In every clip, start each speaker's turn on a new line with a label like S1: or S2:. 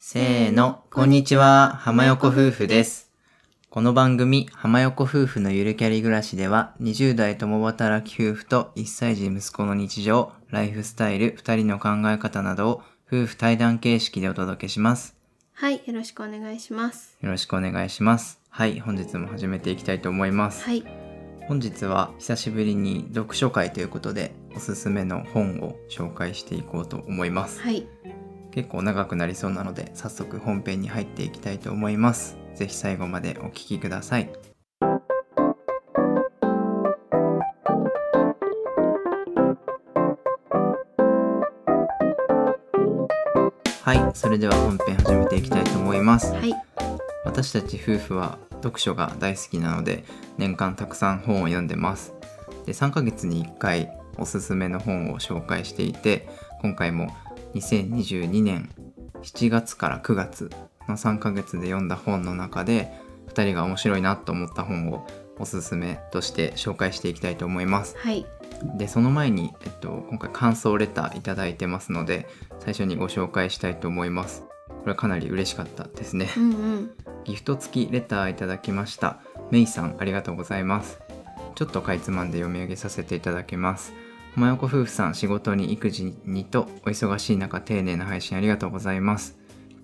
S1: せーの、こんにちは、浜横夫婦です。この番組、浜横夫婦のゆるキャリ暮らしでは、20代共働き夫婦と1歳児息子の日常、ライフスタイル、2人の考え方などを夫婦対談形式でお届けします。
S2: はい、よろしくお願いします。
S1: よろしくお願いします。はい、本日も始めていきたいと思います。
S2: はい、
S1: 本日は久しぶりに読書会ということで、おすすめの本を紹介していこうと思います。
S2: はい、
S1: 結構長くなりそうなので早速本編に入っていきたいと思いますぜひ最後までお聞きくださいはいそれでは本編始めていきたいと思います
S2: はい、
S1: 私たち夫婦は読書が大好きなので年間たくさん本を読んでますで3ヶ月に1回おすすめの本を紹介していて今回も2022年7月から9月の3ヶ月で読んだ本の中で2人が面白いなと思った本をおすすめとして紹介していきたいと思います
S2: はい、
S1: でその前に、えっと、今回感想レターいただいてますので最初にご紹介したいと思いますこれはかなり嬉しかったですね
S2: うんうん、
S1: ギフト付きレターいただきました。メイさん、ありがとうございます。ちょっとかいつまんで読み上げさせていただきます。浜横夫婦さん、仕事に育児にとお忙しい中丁寧な配信ありがとうございます。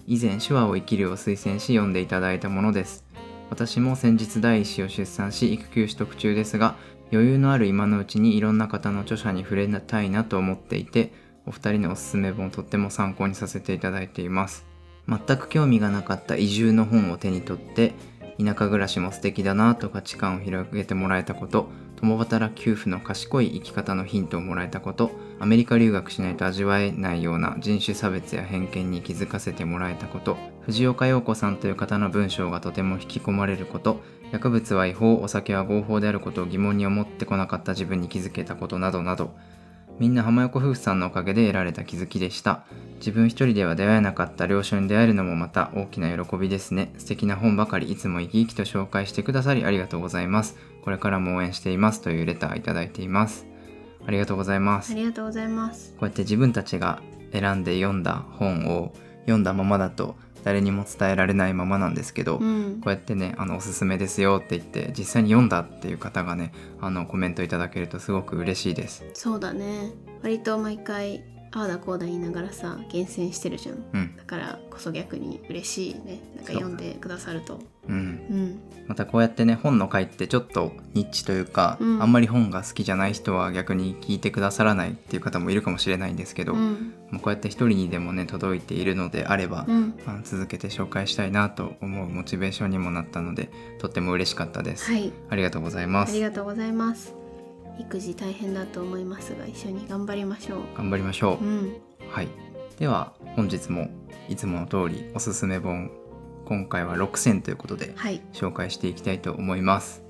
S1: 以前、手話を生きるを推薦し読んでいただいたものです。私も先日第一子を出産し育休取得中ですが、余裕のある今のうちにいろんな方の著者に触れたいなと思っていて、お二人のおすすめ本とっても参考にさせていただいています。全く興味がなかった移住の本を手に取って田舎暮らしも素敵だなと価値観を広げてもらえたこと共働き夫婦の賢い生き方のヒントをもらえたことアメリカ留学しないと味わえないような人種差別や偏見に気づかせてもらえたこと藤岡洋子さんという方の文章がとても引き込まれること薬物は違法お酒は合法であることを疑問に思ってこなかった自分に気づけたことなどなどみんな浜横夫婦さんのおかげで得られた気づきでした自分一人では出会えなかった両親に出会えるのもまた大きな喜びですね素敵な本ばかりいつも生き生きと紹介してくださりありがとうございますこれからも応援していますというレターいただいていますありがとうございます
S2: ありがとうございます。
S1: こうやって自分たちが選んで読んだ本を読んだままだと誰にも伝えられないままなんですけど、
S2: うん
S1: こう、やってねあのおすすめですよって言って実際に読んだっていう方がねあのコメントいただけるとすごく嬉しいです
S2: そうだね。割と毎回ああだこうだ言いながらさ、厳選してるじゃん。
S1: うん
S2: だからこそ逆に嬉しいね。なん
S1: そ
S2: か
S1: う
S2: 読んでくださると。
S1: うん
S2: うん、
S1: またこうやってね本の回ってちょっとニッチというか、
S2: うん
S1: あんまり本が好きじゃない人は逆に聞いてくださらないっていう方もいるかもしれないんですけど、
S2: う
S1: も
S2: ん、
S1: うこうやって一人にでもね届いているのであれば、
S2: うん、
S1: あの続けて紹介したいなと思うモチベーションにもなったのでとっても嬉しかったです、
S2: はい、
S1: ありがとうございま
S2: あ
S1: す
S2: りがとうございます。育児大変だと思いますが、一緒に頑張りましょう。
S1: 頑張りましょ
S2: う
S1: う、
S2: ん、
S1: はいでは本日もいつもの通りおすすめ本今回は6選ということで
S2: はい、
S1: 紹介していきたいと思います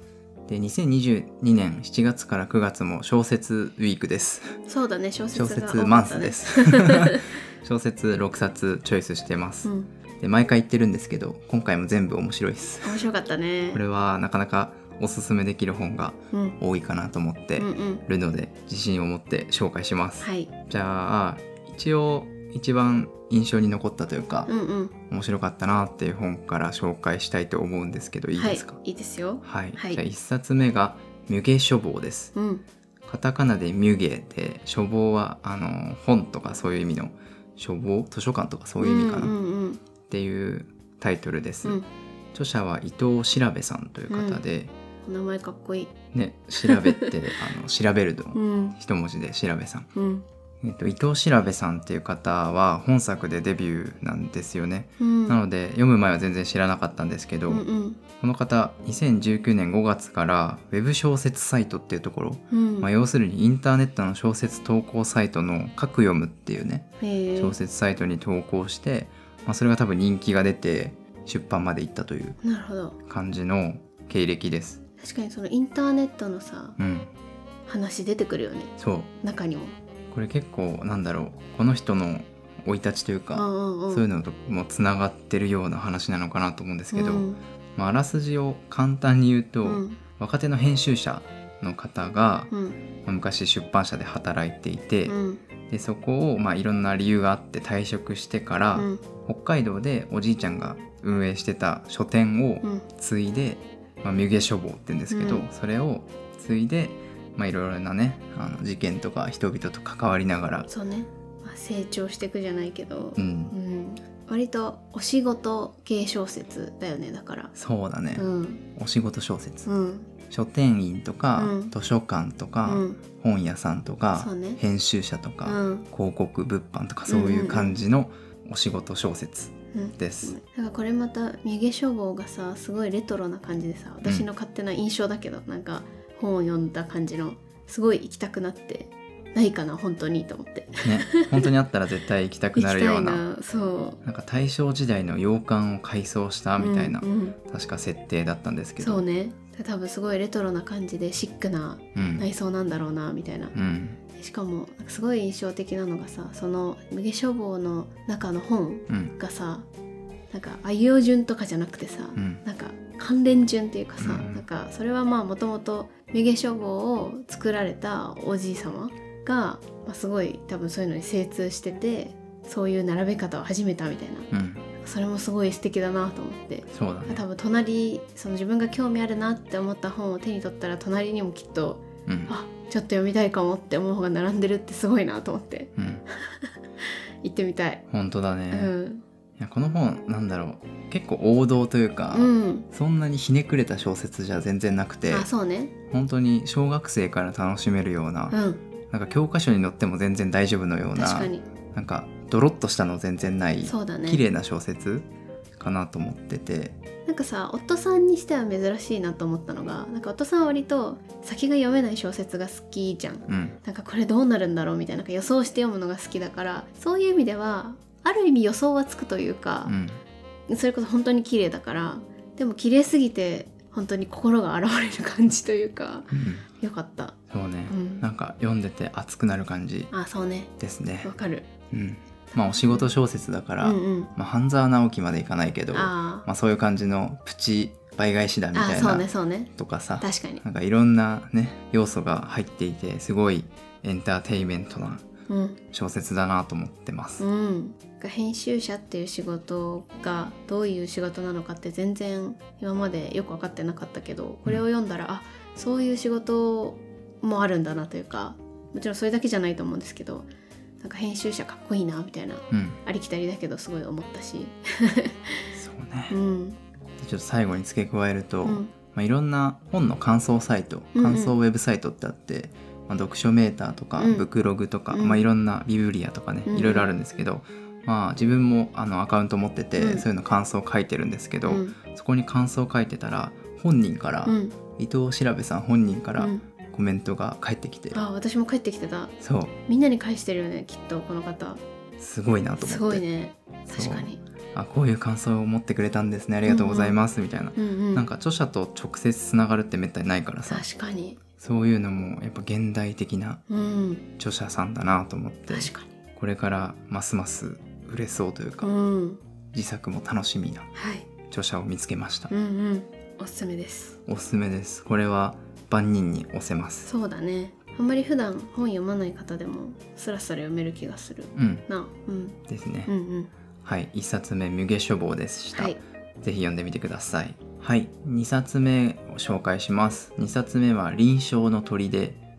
S1: で2022年7月から9月も小説ウィークです
S2: そうだね。小説
S1: 小
S2: が
S1: 説
S2: 多
S1: マ
S2: か
S1: ンス
S2: ったね
S1: で。す 小説6冊チョイスしてま
S2: う
S1: す、
S2: ん、
S1: で毎回言ってるんですけど今回も全部面白いです
S2: 面白かったね。
S1: これはなかなかおすすめできる本が
S2: うん、
S1: 多いかなと思って
S2: うん、うん、
S1: るので自信を持って紹介します、
S2: はい、
S1: じゃあ一応一番印象に残ったというか
S2: う、ん、うん。
S1: 面白かったなっていう本から紹介したいと思うんですけどいいですか
S2: はい、いいですよ。
S1: はい、
S2: はい
S1: じゃあ1冊目が「ミュゲ書房」です
S2: うん、
S1: カタカナで「ミュゲ」で書房はあの本とかそういう意味の書房図書館とかそういう意味かな、
S2: うん
S1: っ
S2: うん
S1: ていうタイトルです、
S2: うんうん、
S1: 著者は伊藤調べさんという方で、
S2: お名前かっこいい。
S1: ね調べってあの調べるの、
S2: うん、
S1: 一文字で調べさん、
S2: うん、
S1: えっと、伊藤調べさんっていう方は本作でデビューなんですよね、
S2: うん。
S1: なので読む前は全然知らなかったんですけど、
S2: うんうん
S1: この方2019年5月からウェブ小説サイトっていうところ、
S2: うん、
S1: まあ、要するにインターネットの小説投稿サイトの「書く読む」っていうね
S2: へえ
S1: 小説サイトに投稿して、まあ、それが多分人気が出て出版まで行ったという
S2: なるほど。
S1: 感じの経歴です。
S2: 確かにそのインターネットのさ、
S1: うん、
S2: 話出てくるよね。
S1: そう
S2: 中にも。
S1: これ結構なんだろうこの人の生い立ちという
S2: う
S1: か、
S2: んうんうん。
S1: そういうのともつながってるような話なのかなと思うんですけど、
S2: うん
S1: まあ、あらすじを簡単に言うと、
S2: うん
S1: 若手の編集者の方が、
S2: うん
S1: まあ昔出版社で働いていて、
S2: うん
S1: でそこを、まあ、いろんな理由があって退職してから、
S2: うん
S1: 北海道でおじいちゃんが運営してた書店を
S2: うん
S1: 継いで、まあ、ミュゲ書房って言うんですけど、
S2: うん
S1: それを継いで、まあ、いろいろなねあの事件とか人々と関わりながら、
S2: そうね、まあ、成長していくじゃないけど
S1: う、
S2: うん
S1: ん、
S2: 割とお仕事系小説だよねだから
S1: そうだね、
S2: うん
S1: お仕事小説、
S2: うん
S1: 書店員とか、
S2: うん
S1: 図書館と
S2: う
S1: か、
S2: ん
S1: 本屋さんとか、
S2: そうね
S1: 編集者と
S2: う
S1: か、
S2: ん
S1: 広告物販とかそういう感じのお仕事小説
S2: うん
S1: です。
S2: なんかこれまた「三毛書房」がさすごいレトロな感じでさ私の勝手な印象だけど、なんか本を読んだ感じのすごい行きたくなってないかな本当にと思って
S1: ね、 本当にあったら絶対行きたく
S2: 行き
S1: な
S2: た
S1: る
S2: い
S1: よ
S2: な
S1: うな。
S2: そ
S1: なんか大正時代の洋館を改装した
S2: う
S1: みたいな、
S2: うんうん
S1: 確か設定だったんですけど
S2: そうね多分すごいレトロな感じでシックな
S1: うん
S2: 内装なんだろうなみたいな、
S1: うん
S2: しかもすごい印象的なのがさその「無下書房」の中の本
S1: うん
S2: がさなんかあいう順とかじゃなくてさ、
S1: うん
S2: なんか関連順っていうかさ、
S1: うん
S2: なんかそれはまあもともと無下書房を作られたおじい様が、まあ、すごい多分そういうのに精通しててそういう並べ方を始めたみたいな
S1: うん
S2: それもすごい素敵だなと思って
S1: そうだ
S2: 多
S1: ね、
S2: 分隣その自分が興味あるなって思った本を手に取ったら隣にもきっと
S1: うん
S2: あちょっと読みたいかもって思う方が並んでるってすごいなと思って
S1: うん、
S2: 行ってみたい、
S1: 本当だね、
S2: う
S1: い
S2: ん
S1: やこの本なんだろう結構王道というか、
S2: うん
S1: そんなにひねくれた小説じゃ全然なくて
S2: あそうね
S1: 本当に小学生から楽しめるような、
S2: うん
S1: なんか教科書に載っても全然大丈夫のような
S2: 確かに
S1: なんかドロッとしたの全然ない、
S2: そうだね
S1: 綺麗な小説かなと思ってて
S2: なんかさ夫さんにしては珍しいなと思ったのがなんか夫さんは割と先が読めない小説が好きじゃん
S1: うん
S2: なんかこれどうなるんだろうみたいななんか予想して読むのが好きだからそういう意味ではある意味予想はつくというか
S1: う、ん
S2: それこそ本当に綺麗だからでも綺麗すぎて本当に心が現れる感じというか
S1: うん
S2: よかった
S1: そうね、
S2: うん
S1: なんか読んでて熱くなる感じ
S2: あそうね
S1: ですね
S2: わかる
S1: うんまあお仕事小説だから、
S2: うんうん
S1: まあ、半沢直樹までいかないけど
S2: あー
S1: まあ、そういう感じのプチ倍返しだみ
S2: あ
S1: た
S2: ー
S1: い
S2: そう
S1: な、
S2: ねそうね
S1: とかさ
S2: 確かに
S1: なんかいろんなね要素が入っていてすごいエンターテインメントな
S2: うん
S1: 小説だなと思ってます。
S2: うん、編集者っていう仕事がどういう仕事なのかって全然今までよく分かってなかったけどこれを読んだら、あそういう仕事もあるんだなというかもちろんそれだけじゃないと思うんですけどなんか編集者かっこいいなみたいな
S1: うん、
S2: ありきたりだけどすごい思ったし、
S1: そうね、
S2: うん
S1: でちょっと最後に付け加えると、
S2: うん
S1: まあ、いろんな本の感想サイト
S2: うんうん
S1: 感想ウェブサイトってあって、まあ、読書メーターとか、
S2: うん
S1: ブクログとか、
S2: うん
S1: まあ、いろんなビブリアとかね、
S2: うんうん
S1: いろいろあるんですけど、まあ、自分もあのアカウント持ってて、
S2: うん
S1: そういうの感想書いてるんですけど、
S2: うん
S1: そこに感想書いてたら本人から、
S2: うん
S1: 伊藤調べさん本人から
S2: うん
S1: コメントが返ってきて、
S2: あ私も帰ってきてた
S1: そう
S2: みんなに返してるよねきっとこの方
S1: すごいなと思って
S2: すごいね
S1: そう
S2: 確かに
S1: あこういう感想を持ってくれたんですねありがとうございます、みたいな。
S2: うんうん
S1: なんか著者と直接つながるってめったにないからさ
S2: 確かに
S1: そういうのもやっぱ現代的な
S2: うん
S1: 著者さんだなと思って
S2: 確かに
S1: これからますます売れそうというか、
S2: うん
S1: 自作も楽しみな
S2: はい
S1: 著者を見つけました
S2: う、んうんおすすめです
S1: おすすめですこれは万人に押せます
S2: そうだねあんまり普段本読まない方でもスラスラ読める気がする
S1: うん
S2: なうん
S1: ですね、
S2: うんうん
S1: はい1冊目「無下書房」でした、
S2: はい
S1: ぜひ読んでみてくださいはい2冊目を紹介します2冊目は「臨床の砦」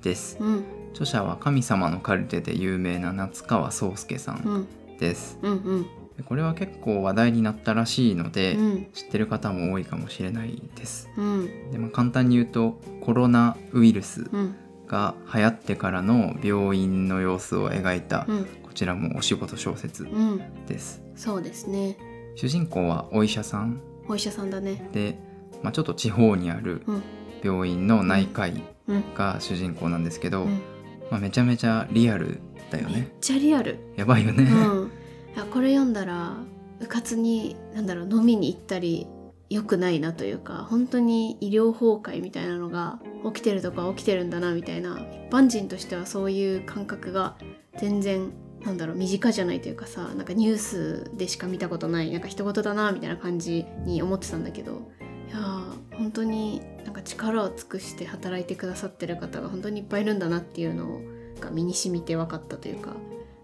S1: です
S2: うん
S1: 著者は神様のカルテで有名な夏川宗介さ
S2: うんん
S1: です、
S2: うんうん
S1: でこれは結構話題になったらしいので、
S2: うん
S1: 知ってる方も多いかもしれないです。
S2: うん
S1: でまあ、簡単に言うとコロナウイルス
S2: うん
S1: が流行ってからの病院の様子を描いた、
S2: うん
S1: こちらもお仕事小説
S2: うん
S1: です。
S2: そうですね
S1: 主人公はお医者さん
S2: お医者さんだね
S1: で、まあ、ちょっと地方にある
S2: うん
S1: 病院の内科医
S2: うん
S1: が主人公なんですけど、
S2: うん
S1: まあ、めちゃめちゃリアルだよ
S2: めっ
S1: ね。
S2: ちゃリアル
S1: やばいよね。
S2: うんいやこれ読んだらうかつになんだろう飲みに行ったり良くないなというか本当に医療崩壊みたいなのが起きてるとか起きてるんだなみたいな一般人としてはそういう感覚が全然なんだろう身近じゃないというかさなんかニュースでしか見たことないなんか人事だなみたいな感じに思ってたんだけどいやー本当になんか力を尽くして働いてくださってる方が本当にいっぱいいるんだなっていうのが身に染みて分かったというか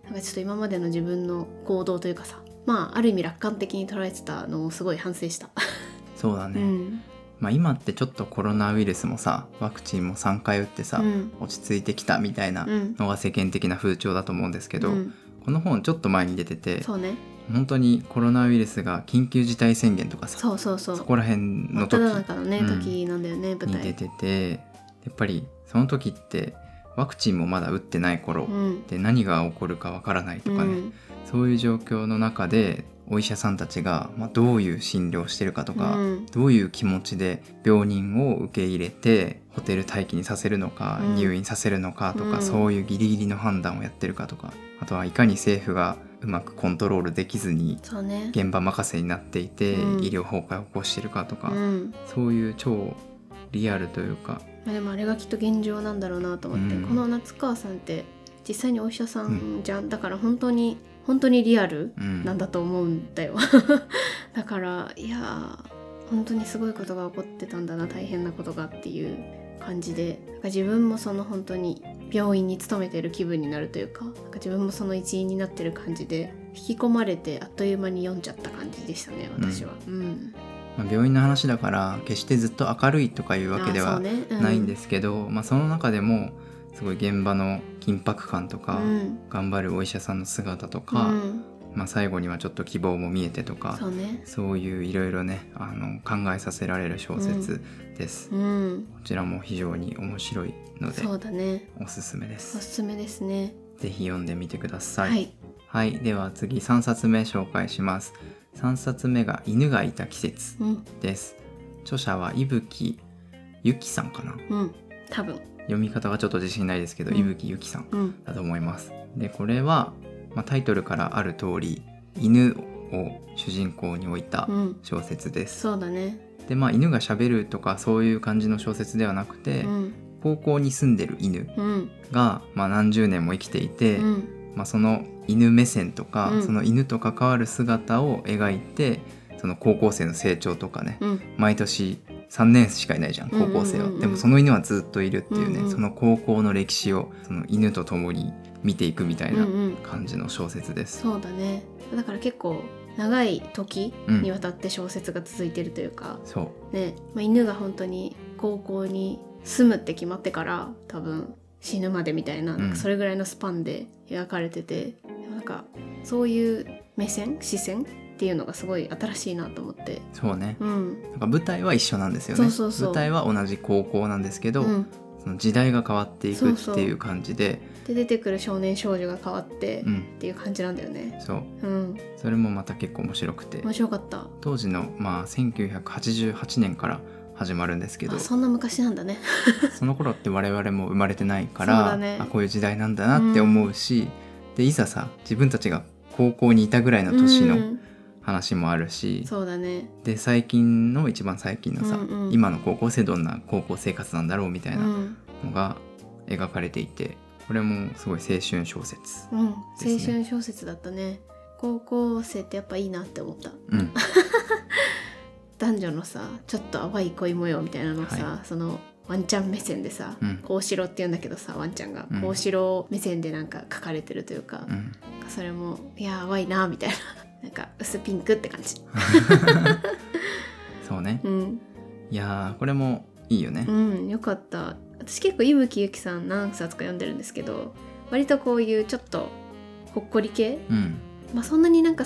S2: なんかちょっと今までの自分の行動というかさまあある意味楽観的に捉えてたのをすごい反省した、
S1: そうだね、
S2: うん
S1: まあ、今ってちょっとコロナウイルスもさワクチンも3回打ってさ、
S2: うん
S1: 落ち着いてきたみたいな
S2: うん
S1: のが世間的な風潮だと思うんですけど、
S2: うん
S1: この本ちょっと前に出てて
S2: そうね
S1: 本当にコロナウイルスが緊急事態宣言とかさ
S2: そうそうそう
S1: そこら辺
S2: 真
S1: の
S2: っ只
S1: 時
S2: 中のね、
S1: うん
S2: 時なんだよね舞
S1: に出
S2: 台
S1: ててやっぱりその時ってワクチンもまだ打ってない頃、
S2: うん
S1: で何が起こるかわからないとかね、
S2: うん
S1: そういう状況の中でお医者さんたちが、まあ、どういう診療をしてるかとか、
S2: うん
S1: どういう気持ちで病人を受け入れてホテル待機にさせるのか、
S2: うん
S1: 入院させるのかとか、
S2: うん
S1: そういうギリギリの判断をやってるかとかあとはいかに政府がうまくコントロールできずに
S2: そうね
S1: 現場任せになっていて、
S2: うん
S1: 医療崩壊を起こしてるかとか、
S2: うん
S1: そういう超リアルというか、
S2: まあ、でもあれがきっと現状なんだろうなと思って、
S1: うん
S2: この夏川さんって実際にお医者さんじゃん、だから本当に本当にリアル
S1: うん、
S2: なんだと思うんだよ だからいやー本当にすごいことが起こってたんだな大変なことがっていう感じでなんか自分もその本当に病院に勤めてる気分になるというかなんか自分もその一員になってる感じで引き込まれてあっという間に読んじゃった感じでしたね私は。うん
S1: まあ、病院の話だから決してずっと明るいとかいうわけではないんですすけど、まあ、その中でもすごい現場の緊迫感とか、
S2: うん
S1: 頑張るお医者さんの姿と
S2: う
S1: か、
S2: ん
S1: まあ、最後にはちょっと希望も見えてとか
S2: そうね
S1: そういういろいろねあの考えさせられる小説です、
S2: うん
S1: こちらも非常に面白いので
S2: そうだね
S1: おすすめで
S2: おす
S1: す
S2: すめですね
S1: ぜひ読んでみてくださ、
S2: はいい、
S1: はいでは次3冊目紹介します3冊目が「犬がいた季節
S2: うん」
S1: です著者は伊吹ゆきさんかな
S2: うん多分
S1: 読み方がちょっと自信ないですけど、
S2: うん
S1: 伊吹ゆきさん
S2: うん
S1: だと思います。でこれは、まあ、タイトルからある通り犬を主人公に置いた
S2: うん
S1: 小説です。
S2: そうだね
S1: でまあ犬がしゃべるとかそういう感じの小説ではなくて、
S2: うん
S1: 高校に住んでる犬
S2: うん
S1: が、まあ、何十年も生きていて、
S2: うん
S1: まあ、その犬目線とか、
S2: うん
S1: その犬と関わる姿を描いてその高校生の成長とかね
S2: うん
S1: 毎年3年しかいないじゃん高校生は、
S2: うんうんうんうん
S1: でもその犬はずっといるっていうね、
S2: うんうん
S1: その高校の歴史をその犬と共に見ていくみたい
S2: うん
S1: な
S2: うん
S1: 感じの小説です。
S2: そうだねだから結構長い時にわたって小説が続いてるというか、
S1: そう
S2: ね、まあ、犬が本当に高校に住むって決まってから多分死ぬまでみたいな,、
S1: ん
S2: なんかそれぐらいのスパンで描かれててなんかそういう目線視線っていうのがすごい新しいなと思って
S1: そうね
S2: うん
S1: なんか舞台は一緒なんですよね
S2: そうそうそう
S1: 舞台は同じ高校なんですけど、
S2: うん、
S1: その時代が変わってい
S2: そ
S1: くっ
S2: うそう
S1: ていう感じで
S2: で出てくる少年少女が変わって、
S1: う
S2: っ
S1: ん
S2: ていう感じなんだよね
S1: そう
S2: うん
S1: それもまた結構面白くて
S2: 面白かった
S1: 当時のまあ1988年から始まるんですけど
S2: あそんな昔なんだね
S1: その頃って我々も生まれてないか
S2: そう
S1: ら、
S2: だね
S1: あこういう時代なんだなって思うし、でいざさ自分たちが高校にいたぐらいの年
S2: う
S1: の
S2: ん
S1: 話もあるし、
S2: そうだね
S1: で最近の一番最近のさ、
S2: うんうん
S1: 今の高校生どんな高校生活なんだろうみたいうなんのが描かれていてこれもすごい青春小説。
S2: うん、青
S1: ですね
S2: 春小説だったね高校生ってやっぱいいなって思った
S1: うん、
S2: 男女のさちょっと淡い恋模様みたいなのをさ、
S1: は
S2: そのワンちゃん目線でさ、
S1: うん
S2: こうしろって言うんだけどさワンちゃんが、
S1: うん
S2: こうしろ目線でなんか書かれてるというか、
S1: うん、
S2: なんかそれもいやー淡いなみ たいななんか薄ピンクって感じ
S1: そうね、
S2: うん、
S1: いやーこれもいいよね。
S2: うん、よかった私結構伊吹ゆきさん何冊か読んでるんですけど割とこういうちょっとほっこり系
S1: うん、
S2: まあそんなになんか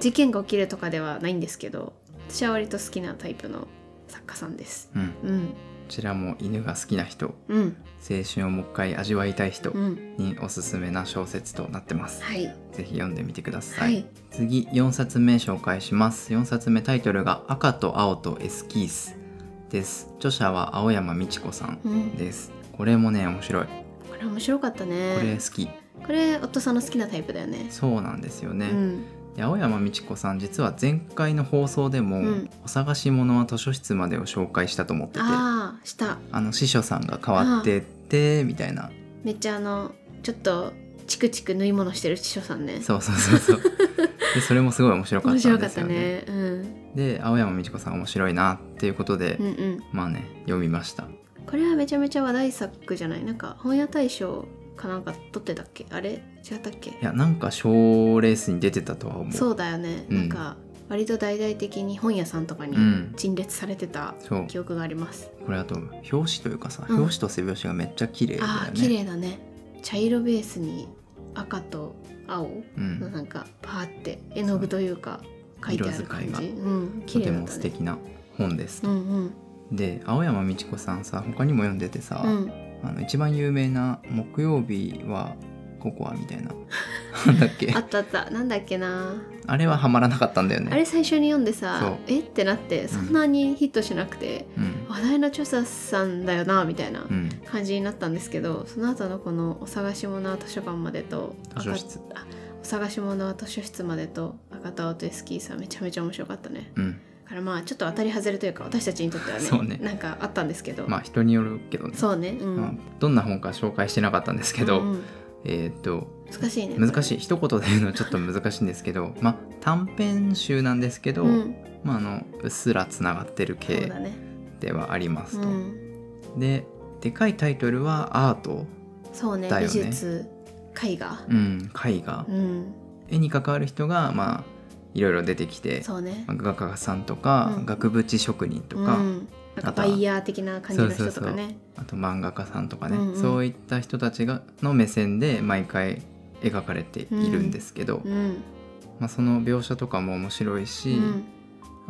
S2: 事件が起きるとかではないんですけど私は割と好きなタイプの作家さんです
S1: うん、こ
S2: うん
S1: ちらも犬が好きな人
S2: うん
S1: 青春をもう一回味わいたい人
S2: うん
S1: におすすめな小説となってます。
S2: はい
S1: ぜひ読んでみてくださ。
S2: はいい
S1: 次4冊目紹介します。4冊目タイトルが「赤と青とエスキース」です。著者は青山美智子さん
S2: うん
S1: です。これもね面白い。こ
S2: これ面白かったね
S1: れ好き。
S2: これ夫さんの好きなタイプだよね
S1: そうなんですよね。
S2: うん
S1: で青山美智子さん実は前回の放送でも、
S2: うん
S1: お探し物は図書室まで」を紹介したと思っててあ
S2: ああした
S1: の司書さんが変わってってみたいな
S2: めっちゃあのちょっとチクチク縫い物してる師匠さんね
S1: そうそうそうそうでそれもすごい面白かっ
S2: 面
S1: た
S2: 白
S1: ん
S2: か
S1: で
S2: っ
S1: す
S2: た
S1: よね
S2: ねうん
S1: で青山美智子さん面白いなっていうことで、
S2: うんうん
S1: まあね読みました
S2: これはめちゃめちゃ話題作じゃないなんか本屋大賞かなんか取ってたっけあれ違ったっけ
S1: いやなんか賞レースに出てたとは思う
S2: そうだよね、
S1: うん
S2: なんか割と大々的に本屋さんとかに
S1: うん
S2: 陳列されてた
S1: そう
S2: 記憶があります、
S1: これあと表紙というかさ、
S2: うん
S1: 表紙と背表紙がめっちゃ綺麗だよね
S2: ああ綺麗だね茶色ベースに赤と青
S1: う
S2: の
S1: ん
S2: なんかパーって絵の具というか書いてある感
S1: 色
S2: じ、
S1: 使い
S2: うん、
S1: と
S2: 綺
S1: て
S2: 麗だっ
S1: も
S2: た
S1: 素
S2: ね
S1: 敵な本です、
S2: うんうん
S1: で青山美智子さんさ他にも読んでてさ、
S2: うん
S1: あの一番有名な「木曜日はココア」みた いななんだっけ
S2: あ
S1: あ
S2: ったあったなんだっけな
S1: れはハマらなかったんだよね
S2: あれ最初に読んでさ
S1: そ
S2: えってなってそんなにヒットしなくて、
S1: うん
S2: 話題の著者さんだよなみたいな
S1: うん
S2: 感じになったんですけどその後のこの「お探し物は図書館まで」と「
S1: 図書室
S2: あお探し物は図書室まで」と「赤田オトエスキーさん」めちゃめちゃ面白かったね
S1: うん
S2: だからまあちょっと当たり外れというか私たちにとっては
S1: そう
S2: ね
S1: ね
S2: なんかあったんですけど、
S1: まあ人によるけどね
S2: そうねうん、
S1: まあどんな本か紹介してなかったんですけど、
S2: うんうん
S1: えーっと
S2: 難しいね
S1: 難
S2: い
S1: しい一言で言うのはちょっと難しいんですけどまあ短編集なんですけど、
S2: うん、
S1: まあ、あのうっすらつながってる
S2: そう
S1: 系
S2: だね、
S1: ではあります
S2: う
S1: と。
S2: ん、
S1: ででかいタイトルはアート、
S2: そうね
S1: だよ
S2: 美
S1: ね
S2: 術絵画
S1: うん、絵画、
S2: うん、
S1: 絵に関わる人がまあいろいろ出てきて、
S2: そうね
S1: まあ画家さんとか、
S2: うん
S1: 額縁職人とか、
S2: うん、なんか
S1: あとは
S2: バイヤー的な感じの人とかね
S1: あと漫画家さんとかね、
S2: うんうん
S1: そういった人たちがの目線で毎回描かれているんですけど、
S2: うん
S1: まあ、その描写とかも面白いし、
S2: うん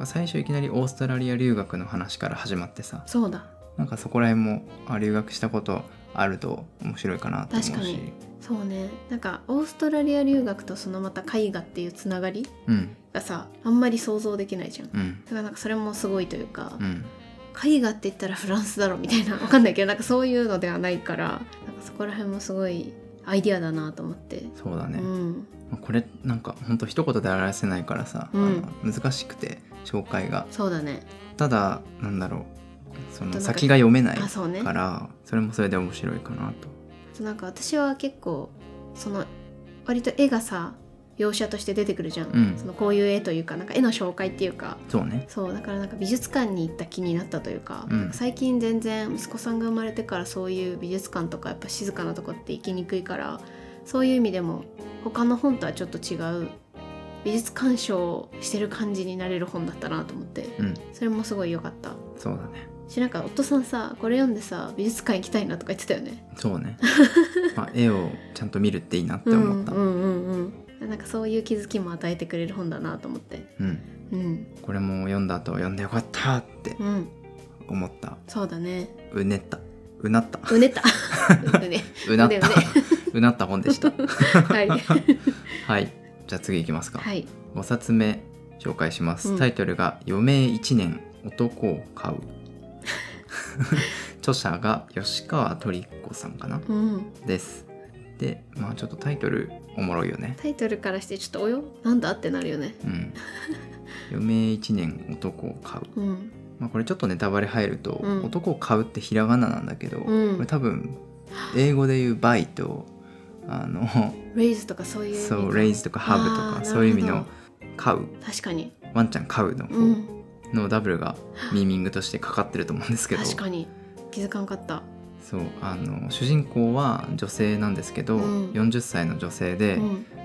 S1: 最初いきなりオーストラリア留学の話から始まってさ
S2: そうだ
S1: なんかそこら辺もあ留学したことあると面白いかなと思うし
S2: 確かにそうねなんかオーストラリア留学とそのまた絵画っていうつながり
S1: うん
S2: がさあんまり想像できないじゃんだ
S1: うん
S2: からなんかそれもすごいというか、
S1: うん
S2: 絵画って言ったらフランスだろみたいなわかんないけどなんかそういうのではないからなんかそこら辺もすごいアイディアだなと思って、
S1: そうだね、
S2: うん
S1: まあこれなんかほんと一言で表せないからさ、
S2: うん
S1: あの難しくて紹介が
S2: そうだね
S1: ただなんだろうそ
S2: なん
S1: の
S2: か
S1: 先が読めない
S2: あそうね
S1: か
S2: あ
S1: らそれもそれで面白いかなと
S2: となんか私は結構その割と絵がさ描写として出てくるじゃん、
S1: うん
S2: そのこういう絵というかなんか絵の紹介っていうか
S1: そうね
S2: そうだからなんか美術館に行った気になったというか、
S1: うん
S2: なんか最近全然息子さんが生まれてからそういう美術館とかやっぱ静かなとこって行きにくいからそういう意味でも他の本とはちょっと違う美術鑑賞してる感じになれる本だったなと思って
S1: うん
S2: それもすごい良かった
S1: そうだね
S2: しなんか夫さんさこれ読んでさ美術館行きたいなとか言ってたよね
S1: そう ね、まあ、絵をちゃんと見るっていいなって思った、
S2: うんうんうんうんなんかそういう気づきも与えてくれる本だなと思って
S1: うん
S2: うん
S1: これも読んだ後読んでよかったって
S2: うん
S1: 思った
S2: そうだね
S1: うねったうな った
S2: う ねったうね
S1: うなっ
S2: う
S1: た
S2: ね
S1: うなった 本でした
S2: はい
S1: はいじゃあ次いきますか、
S2: はい
S1: 5冊目紹介します、
S2: うん
S1: タイトルが「余命1年男を飼う」 著者が吉川鳥子さんかな
S2: うん、
S1: ですでまあちょっとタイトルおもろいよね
S2: タイトルからしてちょっとおよなんだってなるよね
S1: うん 余命1年男を飼う、
S2: うん
S1: まあ、これちょっとネタバレ入ると、
S2: うん
S1: 男を飼うってひらがななんだけど、
S2: うん
S1: これ多分英語で言う「バイ」とあ の
S2: レイズとかそういう意味
S1: そ
S2: か
S1: う「レイズ」とか「ハブ」と
S2: あ
S1: か
S2: ー
S1: そういう意味
S2: なる
S1: の
S2: ほど
S1: 「飼う」
S2: 確かに
S1: ワンちゃん飼うの方
S2: うん
S1: のダブルがミーミングとしてかかってると思うんですけど
S2: 確かに気づかんかった
S1: そうあの主人公は女性なんですけど、
S2: うん
S1: 40歳の女性で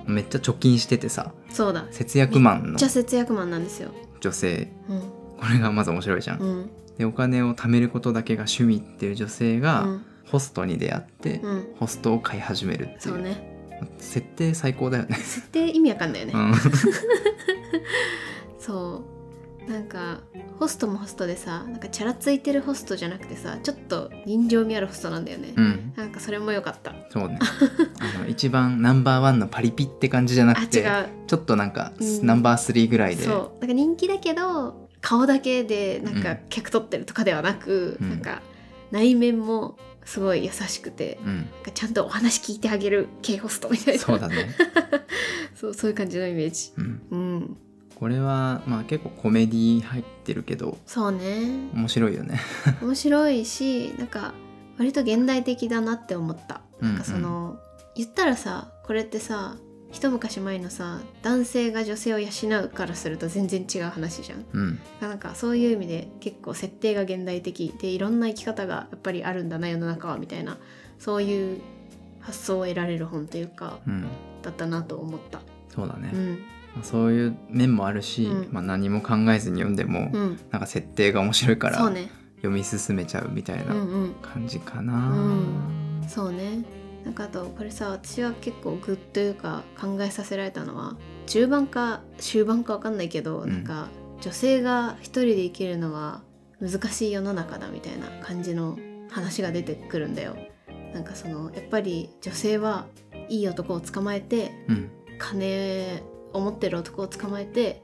S2: う、ん
S1: めっちゃ貯金しててさ
S2: そうだ
S1: 節約マン
S2: めっ
S1: の
S2: ちゃ節約マンなんですよ
S1: 女性
S2: うん
S1: これがまず面白いじゃん。
S2: うん
S1: でお金を貯めることだけが趣味っていう女性
S2: う
S1: が、
S2: ん
S1: ホストに出会って、
S2: うん
S1: ホストを飼い始めるってい
S2: そううね
S1: 設定最高だよ ね。
S2: 設定意味わかんないよね、
S1: うん
S2: そうなんかホストもホストでさなんかチャラついてるホストじゃなくてさちょっと人情味あるホストなんだよね、
S1: うん、
S2: なんかそれも良かった
S1: そう ねあの一番ナンバーワンのパリピって感じじゃな
S2: あ
S1: く
S2: 違
S1: て
S2: う
S1: ちょっとなんか、
S2: うん
S1: ナンバースリーぐらいで
S2: そうなんか人気だけど顔だけでなん
S1: う
S2: か
S1: ん
S2: 客取ってるとかではなく、
S1: うん
S2: なんか内面もすごい優しくて、
S1: うん、
S2: なんかちゃんとお話聞いてあげる系ホストみたいな
S1: そうだね、
S2: そうそういう感じのイメージ
S1: うん、
S2: うん
S1: これはまあ結構コメディ入ってるけど
S2: そうね
S1: 面白いよね
S2: 面白いしなんか割と現代的だなって思った
S1: うんうん
S2: なんかその、言ったらさこれってさ一昔前のさ男性が女性を養うからすると全然違う話じゃん
S1: うん
S2: なんかそういう意味で結構設定が現代的でいろんな生き方がやっぱりあるんだな世の中はみたいなそういう発想を得られる本というか
S1: うん、
S2: だったなと思った。
S1: そうだね、
S2: うん
S1: まあそういう面もあるし、
S2: うん
S1: まあ、何も考えずに読んでも、
S2: うん、
S1: なんか設定が面白いから
S2: そうね、
S1: 読み進めちゃうみたいうなん
S2: うん、
S1: 感じかな、
S2: うんそうねなんかあとこれさ私は結構グッというか考えさせられたのは中盤か終盤かわかんないけど、
S1: うん
S2: なんか女性が一人で生きるのは難しい世の中だみたいな感じの話が出てくるんだよ。なんかそのやっぱり女性はいい男を捕まえて
S1: うん
S2: 金を持ってる男を捕まえて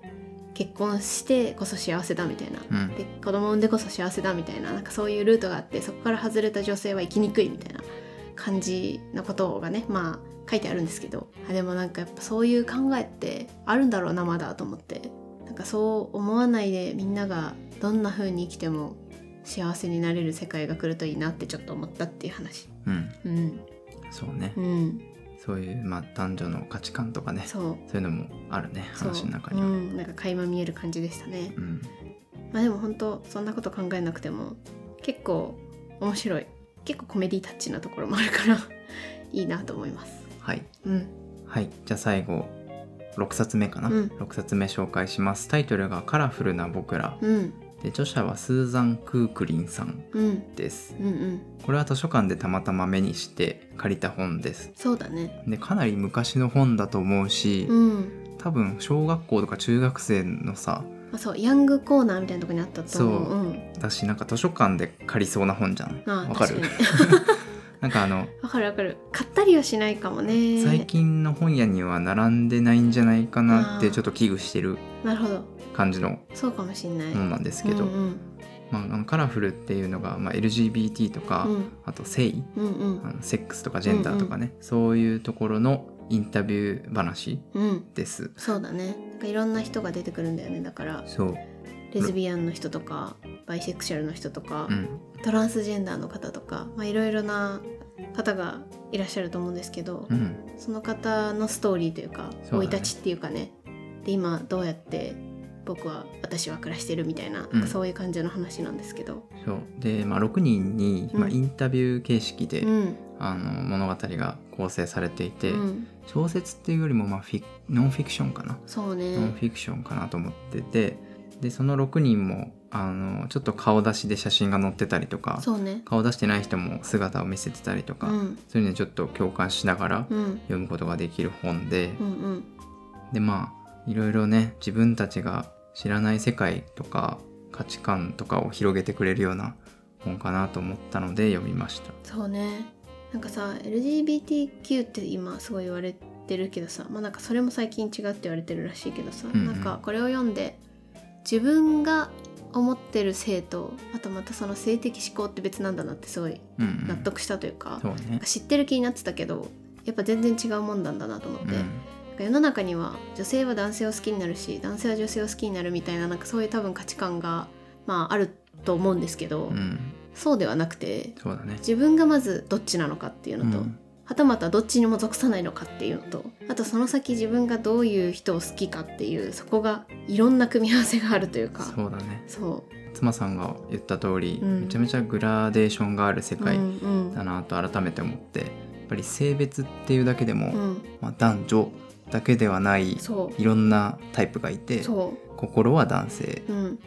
S2: 結婚してこそ幸せだみたいな
S1: うん
S2: で子供産んでこそ幸せだみたいななんかそういうルートがあってそこから外れた女性は生きにくいみたいな感じのことがねまあ書いてあるんですけどあでもなんかやっぱそういう考えってあるんだろうなまだと思ってなんかそう思わないでみんながどんな風に生きても幸せになれる世界が来るといいなってちょっと思ったっていう話
S1: うん
S2: うん
S1: そうね、
S2: うん
S1: そういう、まあ、男女の価値観とかねそう
S2: そ
S1: い
S2: う
S1: うのもあるね
S2: そう
S1: 話の中には、
S2: う
S1: うん
S2: ん、なんか垣間見える感じでしたねまあでも本当そんなこと考えなくても結構面白い結構コメディタッチなところもあるから いいなと思います
S1: はい
S2: うん
S1: はいじゃあ最後6冊目かな、
S2: うん
S1: 6冊目紹介しますタイトルが「カラフルな僕ら
S2: うん」
S1: で著者はスーザン・クークリンさん
S2: うん
S1: です
S2: うんうん
S1: これは図書館でたまたま目にして借りた本です
S2: そうだね
S1: でかなり昔の本だと思うし、
S2: うん
S1: 多分小学校とか中学生のさ
S2: あそうヤングコーナーみたいなとこにあったと思う
S1: そう
S2: うん
S1: だしなんか図書館で借りそうな本じゃん
S2: あ
S1: わかる
S2: 確
S1: なんかあの
S2: わかるわかる買ったりはしないかもね
S1: 最近の本屋には並んでないんじゃないかなっ
S2: あ
S1: て
S2: ー
S1: ちょっと危惧してる
S2: なるほど
S1: 感じの
S2: そうかもしんない、
S1: 本なんですけど、
S2: うん
S1: まああの、カラフルっていうのが、まあ、LGBT とか、
S2: うんうん
S1: あと性
S2: うんう
S1: あ
S2: ん
S1: のセックスとかジェンダーとかね、そういうところのインタビュー話
S2: うん
S1: です。
S2: そうだねなんかいろんな人が出てくるんだよねだから
S1: そう、
S2: レズビアンの人とかバイセクシャルの人とか、
S1: うん、
S2: トランスジェンダーの方とか、まあ、いろいろな方がいらっしゃると思うんですけど、
S1: うん、
S2: その方のストーリーというか
S1: そうだね
S2: 生、い立ちっていうかねで今どうやって僕は私は暮らしてるみたいな、
S1: うん
S2: そういう感じの話なんですけど、
S1: そうで、まあ、6人に、まあ、
S2: うん
S1: インタビュー形式で、
S2: うん
S1: あの物語が構成されていて、
S2: うん、
S1: 小説っていうよりも、まあ、フィノンフィクションかな、
S2: そう
S1: ノンフ
S2: ね
S1: ィクションかなと思っててでその6人もあのちょっと顔出しで写真が載ってたりとか
S2: そうね
S1: 顔出してない人も姿を見せてたりと
S2: う
S1: か、
S2: ん
S1: そういうのにちょっと共感しながら
S2: うん
S1: 読むことができる本で、
S2: うんうん
S1: でまあいろいろね自分たちが知らない世界とか価値観とかを広げてくれるような本かなと思ったので読みました。
S2: そうねなんかさ LGBTQ って今すごい言われてるけどさまあなんかそれも最近違うって言われてるらしいけどさ、
S1: うんうん
S2: なんかこれを読んで自分が思ってる性とあとまたその性的思考って別なんだなってすごい
S1: うんうん
S2: 納得したというか,、
S1: そうね、
S2: 知ってる気になってたけどやっぱ全然違うもんなんだなと思って、なんか世の中には女性は男性を好きになるし男性は女性を好きになるみたいななんかそういう多分価値観が、まあ、あると思うんですけど、
S1: うん、うん、
S2: そうではなくて
S1: そうだね。
S2: 自分がまずどっちなのかっていうのと、
S1: うん
S2: はたまたどっちにも属さないのかっていうのとあとその先自分がどういう人を好きかっていうそこがいろんな組み合わせがあるというか
S1: そうだね
S2: そ
S1: 妻さんが言った通り、
S2: うん
S1: めちゃめちゃグラデーションがある世
S2: う、
S1: 界
S2: うんうん
S1: だなと改めて思ってやっぱり性別っていうだけでも、
S2: うん、
S1: まあ、男女だけではない
S2: そ
S1: いろんなタイプがいうて
S2: そ
S1: 心は男性
S2: う、うん、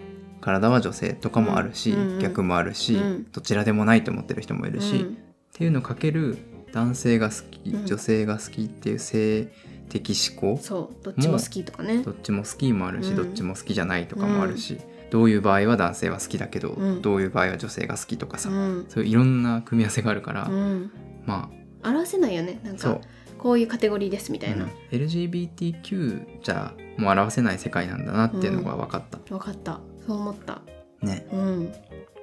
S1: 体は女性とかもあるし、
S2: うんうんうん
S1: 逆もあるし、
S2: うん
S1: どちらでもないと思ってる人もいるし、
S2: う
S1: っ
S2: ん
S1: ていうのをかける男性が好き
S2: うん
S1: 女性が好きっていう性的思考、
S2: そうどっちも好きとかね
S1: どっちも好きもあるし、
S2: うん
S1: どっちも好きじゃないとかもあるし、どういう場合は男性は好きだけど、
S2: うん
S1: どういう場合は女性が好きとかさ、
S2: うん、
S1: そういういろんな組み合わせがあるから、
S2: うん、
S1: ま
S2: 表せないよねなん
S1: あそ
S2: か
S1: う、
S2: こういうカテゴリーですみたいな、
S1: うん LGBTQ じゃもう表せない世界なんだなっていうのが分かった。
S2: 分かったそう思った
S1: ね、
S2: うん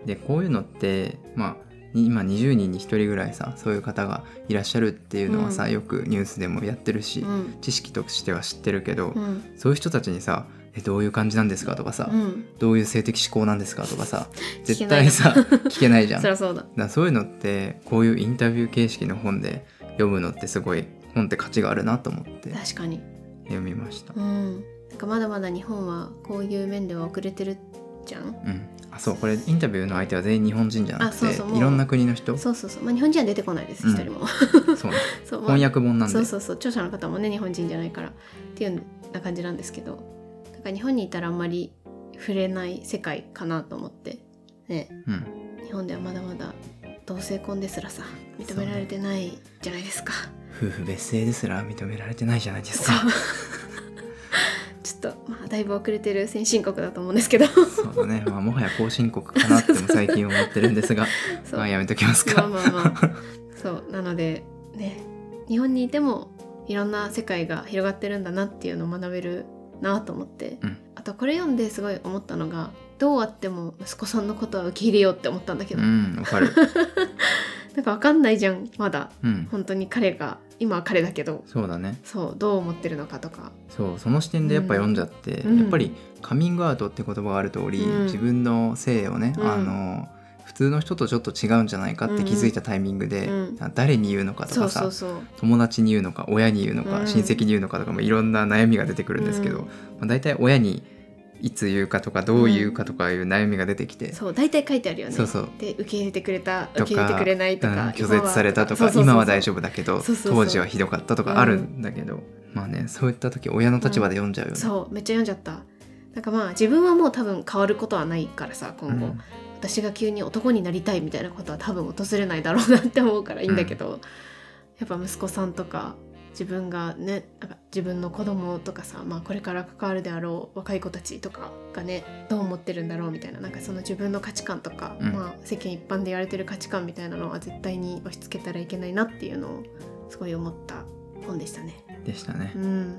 S1: でこういうのってまあに今20人に1人ぐらいさそういう方がいらっしゃるっていうのはさ、
S2: うん
S1: よくニュースでもやってるし、
S2: うん
S1: 知識としては知ってるけど、
S2: うん
S1: そういう人たちにさ「えどういう感じなんですか?」とかさ、
S2: うん
S1: どういう性的思考なんですかとかさ
S2: 聞け
S1: 絶
S2: ない
S1: 対
S2: な
S1: さ 聞けないじゃん
S2: そり
S1: だか
S2: ゃそうだ
S1: らそういうのってこういうインタビュー形式の本で読むのってすごい本って価値があるなと思って
S2: 確かに
S1: 読みました
S2: うん、なんかまだまだ日本はこういう面では遅れてるじゃん
S1: うん、あそうこれインタビューの相手は全員日本人じゃなくて
S2: あそうそうもう
S1: いろんな国の人そう
S2: そうそうそう、まあ、日本人は出てこないです
S1: うん
S2: 一人も、
S1: ね
S2: そうまあ
S1: 翻訳本なんで
S2: そうそうそう著者の方もね日本人じゃないからっていうような感じなんですけどだから日本にいたらあんまり触れない世界かなと思ってね
S1: うん、
S2: 日本ではまだまだ同性婚ですらさ認められてないじゃないですか
S1: 夫婦別姓ですら認められてないじゃないです
S2: そう
S1: か
S2: ちょっとまあだいぶ遅れてる先進国だと思うんですけど
S1: そうだね、まあ、もはや後進国かなっても最近思ってるんですが
S2: そう
S1: まあやめときます
S2: まあ
S1: か、
S2: まあまあそうなのでね日本にいてもいろんな世界が広がってるんだなっていうのを学べるなと思って、
S1: うん
S2: あとこれ読んですごい思ったのがどうあっても息子さんのことは受け入れようって思ったんだけ
S1: う
S2: ど、
S1: んわかる
S2: なんかわかんないじゃんまだ
S1: うん
S2: 本当に彼が今は彼だけど
S1: そうだね
S2: そうどう思ってるのかとか
S1: そうその視点でやっぱ読んじゃって、
S2: うん
S1: やっぱりカミングアウトって言葉がある通り、
S2: うん
S1: 自分の性をね、
S2: うん
S1: あの普通の人とちょっと違うんじゃないかって気づいたタイミングで、
S2: うん
S1: あ誰に言うのかと
S2: そ
S1: か
S2: う
S1: さ
S2: そうそう
S1: 友達に言うのか親に言うのか、
S2: うん
S1: 親戚に言うのかとかもいろんな悩みが出てくるんですけど、
S2: うん
S1: まあ、大体親にいつ言うかとかどう言うかとかいう悩みが出てきて、
S2: そう大体書いてあるよね
S1: そうそう
S2: で受け入れてくれた
S1: と
S2: 受け入れてくれないと
S1: うん
S2: か
S1: 拒絶されたとか今は大丈夫だけど
S2: そうそうそう
S1: 当時はひどかったとかあるんだけど、まあねそういった時親の立場で読んじゃうよね。
S2: そうめっちゃ読んじゃったなんかまあ自分はもう多分変わることはないからさ今後、
S1: うん
S2: 私が急に男になりたいみたいなことは多分訪れないだろうなって思うからいいんだけど、やっぱ息子さんとか自分がねなんか自分の子供とかさ、まあ、これから関わるであろう若い子たちとかがねどう思ってるんだろうみたいななんかその自分の価値観とか、
S1: うん
S2: まあ、世間一般で言われてる価値観みたいなのは絶対に押し付けたらいけないなっていうのをすごい思った本でしたね。
S1: でしたね。
S2: うん、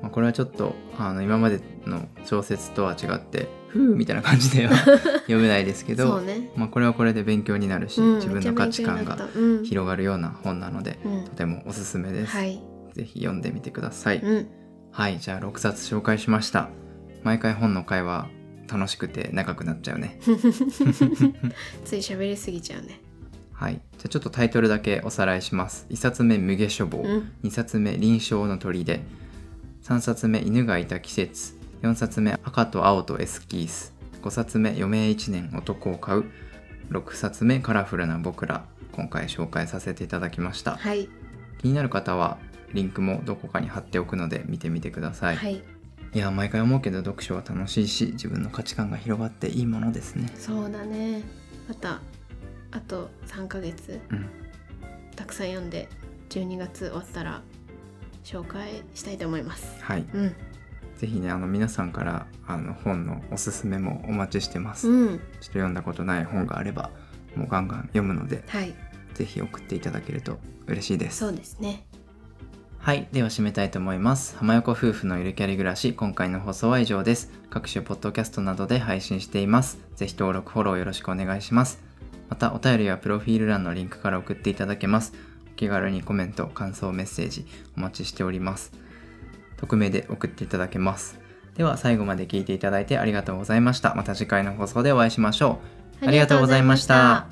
S1: まあ、これはちょっとあの今までの小説とは違って「ふう」みたいな感じで は読めないですけ
S2: そ
S1: ど、
S2: うね
S1: まあ、これはこれで勉強になるし、
S2: うん
S1: 自分の価値観
S2: めっち
S1: が
S2: ゃ勉強になったうん
S1: 広がるような本なので、
S2: うん
S1: とてもおすすめです。
S2: はい、
S1: ぜひ読んでみてください。
S2: うん、
S1: はいじゃあ6冊紹介しました。毎回本の会話楽しくて長くなっちゃう ね。
S2: つい喋りすぎちゃうね。
S1: はい、じゃあちょっとタイトルだけおさらいします。1冊目「無下処方」
S2: うん
S1: 2冊目「臨床の砦」3冊目「犬がいた季節」4冊目「赤と青とエスキース」5冊目「余命1年男を買う」6冊目「カラフルな僕ら」今回紹介させていただきました
S2: はい、
S1: 気になる方はリンクもどこかに貼っておくので見てみてください、
S2: はい、
S1: いや毎回思うけど読書は楽しいし自分の価値観が広がっていいものですね
S2: そうだね。またあと3ヶ月
S1: うん
S2: たくさん読んで12月終わったら紹介したいと思います。
S1: はい
S2: うん、
S1: ぜひねあの皆さんからあの本のおすすめもお待ちしてます、ちょっ
S2: うん、
S1: と読んだことない本があればもうガンガン読むので
S2: はい、
S1: ぜひ送っていただけると嬉しいです
S2: そうですね。
S1: はいでは締めたいと思います浜横夫婦のゆるキャリ暮らし今回の放送は以上です各種ポッドキャストなどで配信していますぜひ登録フォローよろしくお願いしますまたお便りはプロフィール欄のリンクから送っていただけますお気軽にコメント感想メッセージお待ちしております匿名で送っていただけますでは最後まで聞いていただいてありがとうございましたまた次回の放送でお会いしましょうありがとうございました